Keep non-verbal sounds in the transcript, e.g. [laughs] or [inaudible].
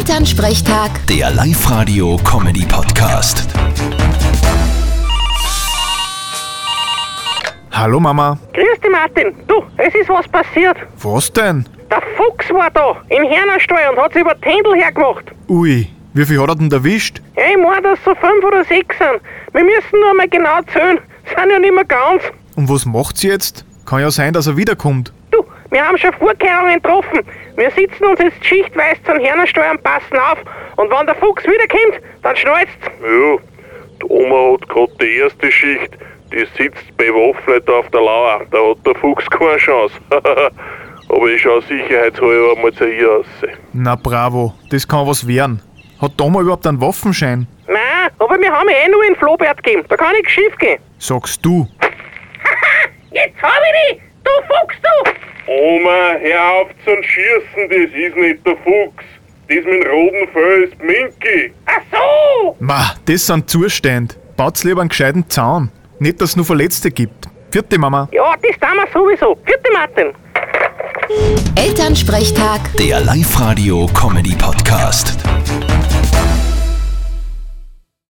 Elternsprechtag, Der Live-Radio-Comedy-Podcast. Hallo Mama. Grüß dich, Martin. Du, es ist was passiert. Was denn? Der Fuchs war da, im Hernerstall und hat sich über den Tändel hergemacht. Ui, wie viel hat er denn erwischt? Ja, ich meine, dass so fünf oder sechs sind. Wir müssen nur mal genau zählen. Sind ja nicht mehr ganz. Und was macht's jetzt? Kann ja sein, dass er wiederkommt. Du, wir haben schon Vorkehrungen getroffen. Wir sitzen uns jetzt schichtweise zum Hernerstall und passen auf. Und wenn der Fuchs wiederkommt, dann schnallt's. Ja, die Oma hat gerade die erste Schicht. Die sitzt bewaffnet auf der Lauer. Da hat der Fuchs keine Chance. [laughs] Aber ich schaue sicherheitshalber mal zu ihr aus. Na bravo, das kann was werden. Hat Thomas überhaupt einen Waffenschein? Nein, aber wir haben ja eh nur in Flobert gegeben. Da kann nichts schief gehen. Sagst du. Jetzt hab ich dich! Du Fuchs, du! Oma, hör auf zu schießen, das ist nicht der Fuchs. Das mit dem roten Fell ist Minky. Ach so! Ma, das sind Zustände. Baut's lieber einen gescheiten Zaun. Nicht, dass es nur Verletzte gibt. Vierte Mama. Ja, das tun wir sowieso. Vierte Martin. Elternsprechtag. Der Live-Radio-Comedy-Podcast.